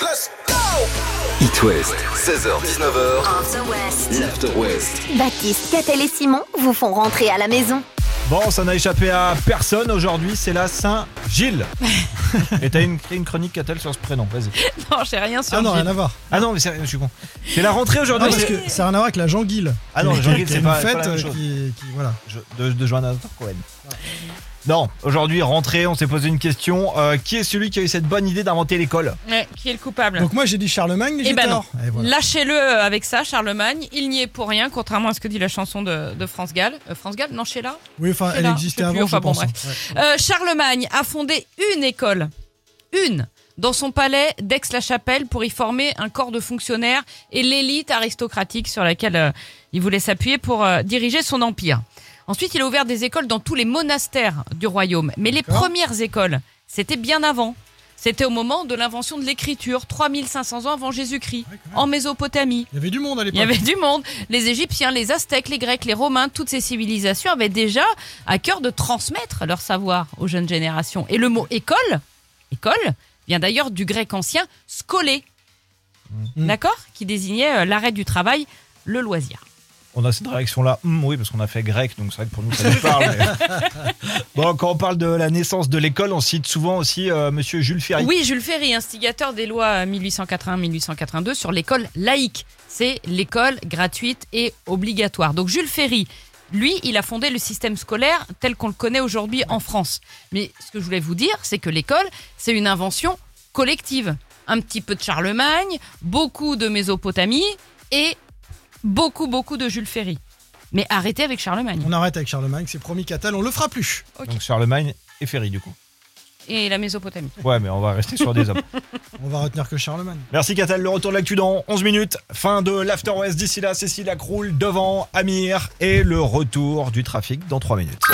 Let's go It West, 16h-19h, After West. l'After West. Baptiste, Catel et Simon vous font rentrer à la maison. Bon, ça n'a échappé à personne aujourd'hui, c'est la Saint-Gilles. Et t'as une, une chronique, Catel, sur ce prénom, vas-y. Non, j'ai rien sur Ah non, Gilles. rien à voir. Ah non, mais sérieux, je suis con. C'est la rentrée Ah, aujourd'hui. parce c'est- que ça a rien à voir avec la Jean-Guil. Ah non, la Qui- Jean-Guil, qui c'est est pas- une c'est pas la fête même euh, chose. qui, qui- voilà. Je- de, de Johanna Cohen. Non, aujourd'hui, rentrée, on s'est posé une question. euh, qui est celui qui a eu cette bonne idée d'inventer l'école Ouais, qui est le coupable Donc moi j'ai dit Charlemagne, Eh j'ai ben tort. Et voilà. Lâchez-le euh, avec ça, Charlemagne. Il n'y est pour rien, contrairement à ce que dit la chanson de, de France Gall. Euh, France Gall Non, Sheila Oui, enfin, C'est elle là, existait je sais plus, avant, je enfin, bon, pense. bref. Ouais. Euh, Charlemagne a fondé une école, une, dans son palais d'Aix-la-Chapelle pour y former un corps de fonctionnaires et l'élite aristocratique sur laquelle euh, il voulait s'appuyer pour euh, diriger son empire. Ensuite, il a ouvert des écoles dans tous les monastères du royaume. Mais les D'accord. premières écoles, c'était bien avant. C'était au moment de l'invention de l'écriture, 3500 ans avant Jésus-Christ, Ouais, quand même. en Mésopotamie. Il y avait du monde à Il y l'époque. avait du monde. Les Égyptiens, les Aztèques, les Grecs, les Romains, toutes ces civilisations avaient déjà à cœur de transmettre leur savoir aux jeunes générations. Et le mot école, école, vient d'ailleurs du grec ancien scolé, Mmh. d'accord Qui désignait euh, l'arrêt du travail, le loisir. On a cette réaction-là, Hum, oui, parce qu'on a fait grec, donc c'est vrai que pour nous, ça nous parle. mais- Bon, quand on parle de la naissance de l'école, on cite souvent aussi euh, Monsieur Jules Ferry. Oui, Jules Ferry, instigateur des lois 1881-1882 sur l'école laïque. C'est l'école gratuite et obligatoire. Donc Jules Ferry, lui, il a fondé le système scolaire tel qu'on le connaît aujourd'hui en France. Mais ce que je voulais vous dire, c'est que l'école, c'est une invention collective. Un petit peu de Charlemagne, beaucoup de Mésopotamie et beaucoup, beaucoup de Jules Ferry. Mais arrêtez avec Charlemagne. On arrête avec Charlemagne, c'est promis Catal, on le fera plus. Donc Charlemagne et Ferry, du coup. Et la Mésopotamie. Ouais, mais on va rester sur des hommes. On va retenir que Charlemagne. Merci Catel, le retour de l'actu dans 11 minutes. Fin de l'After West. D'ici là, Cécile Acroul devant Amir et le retour du trafic dans 3 minutes.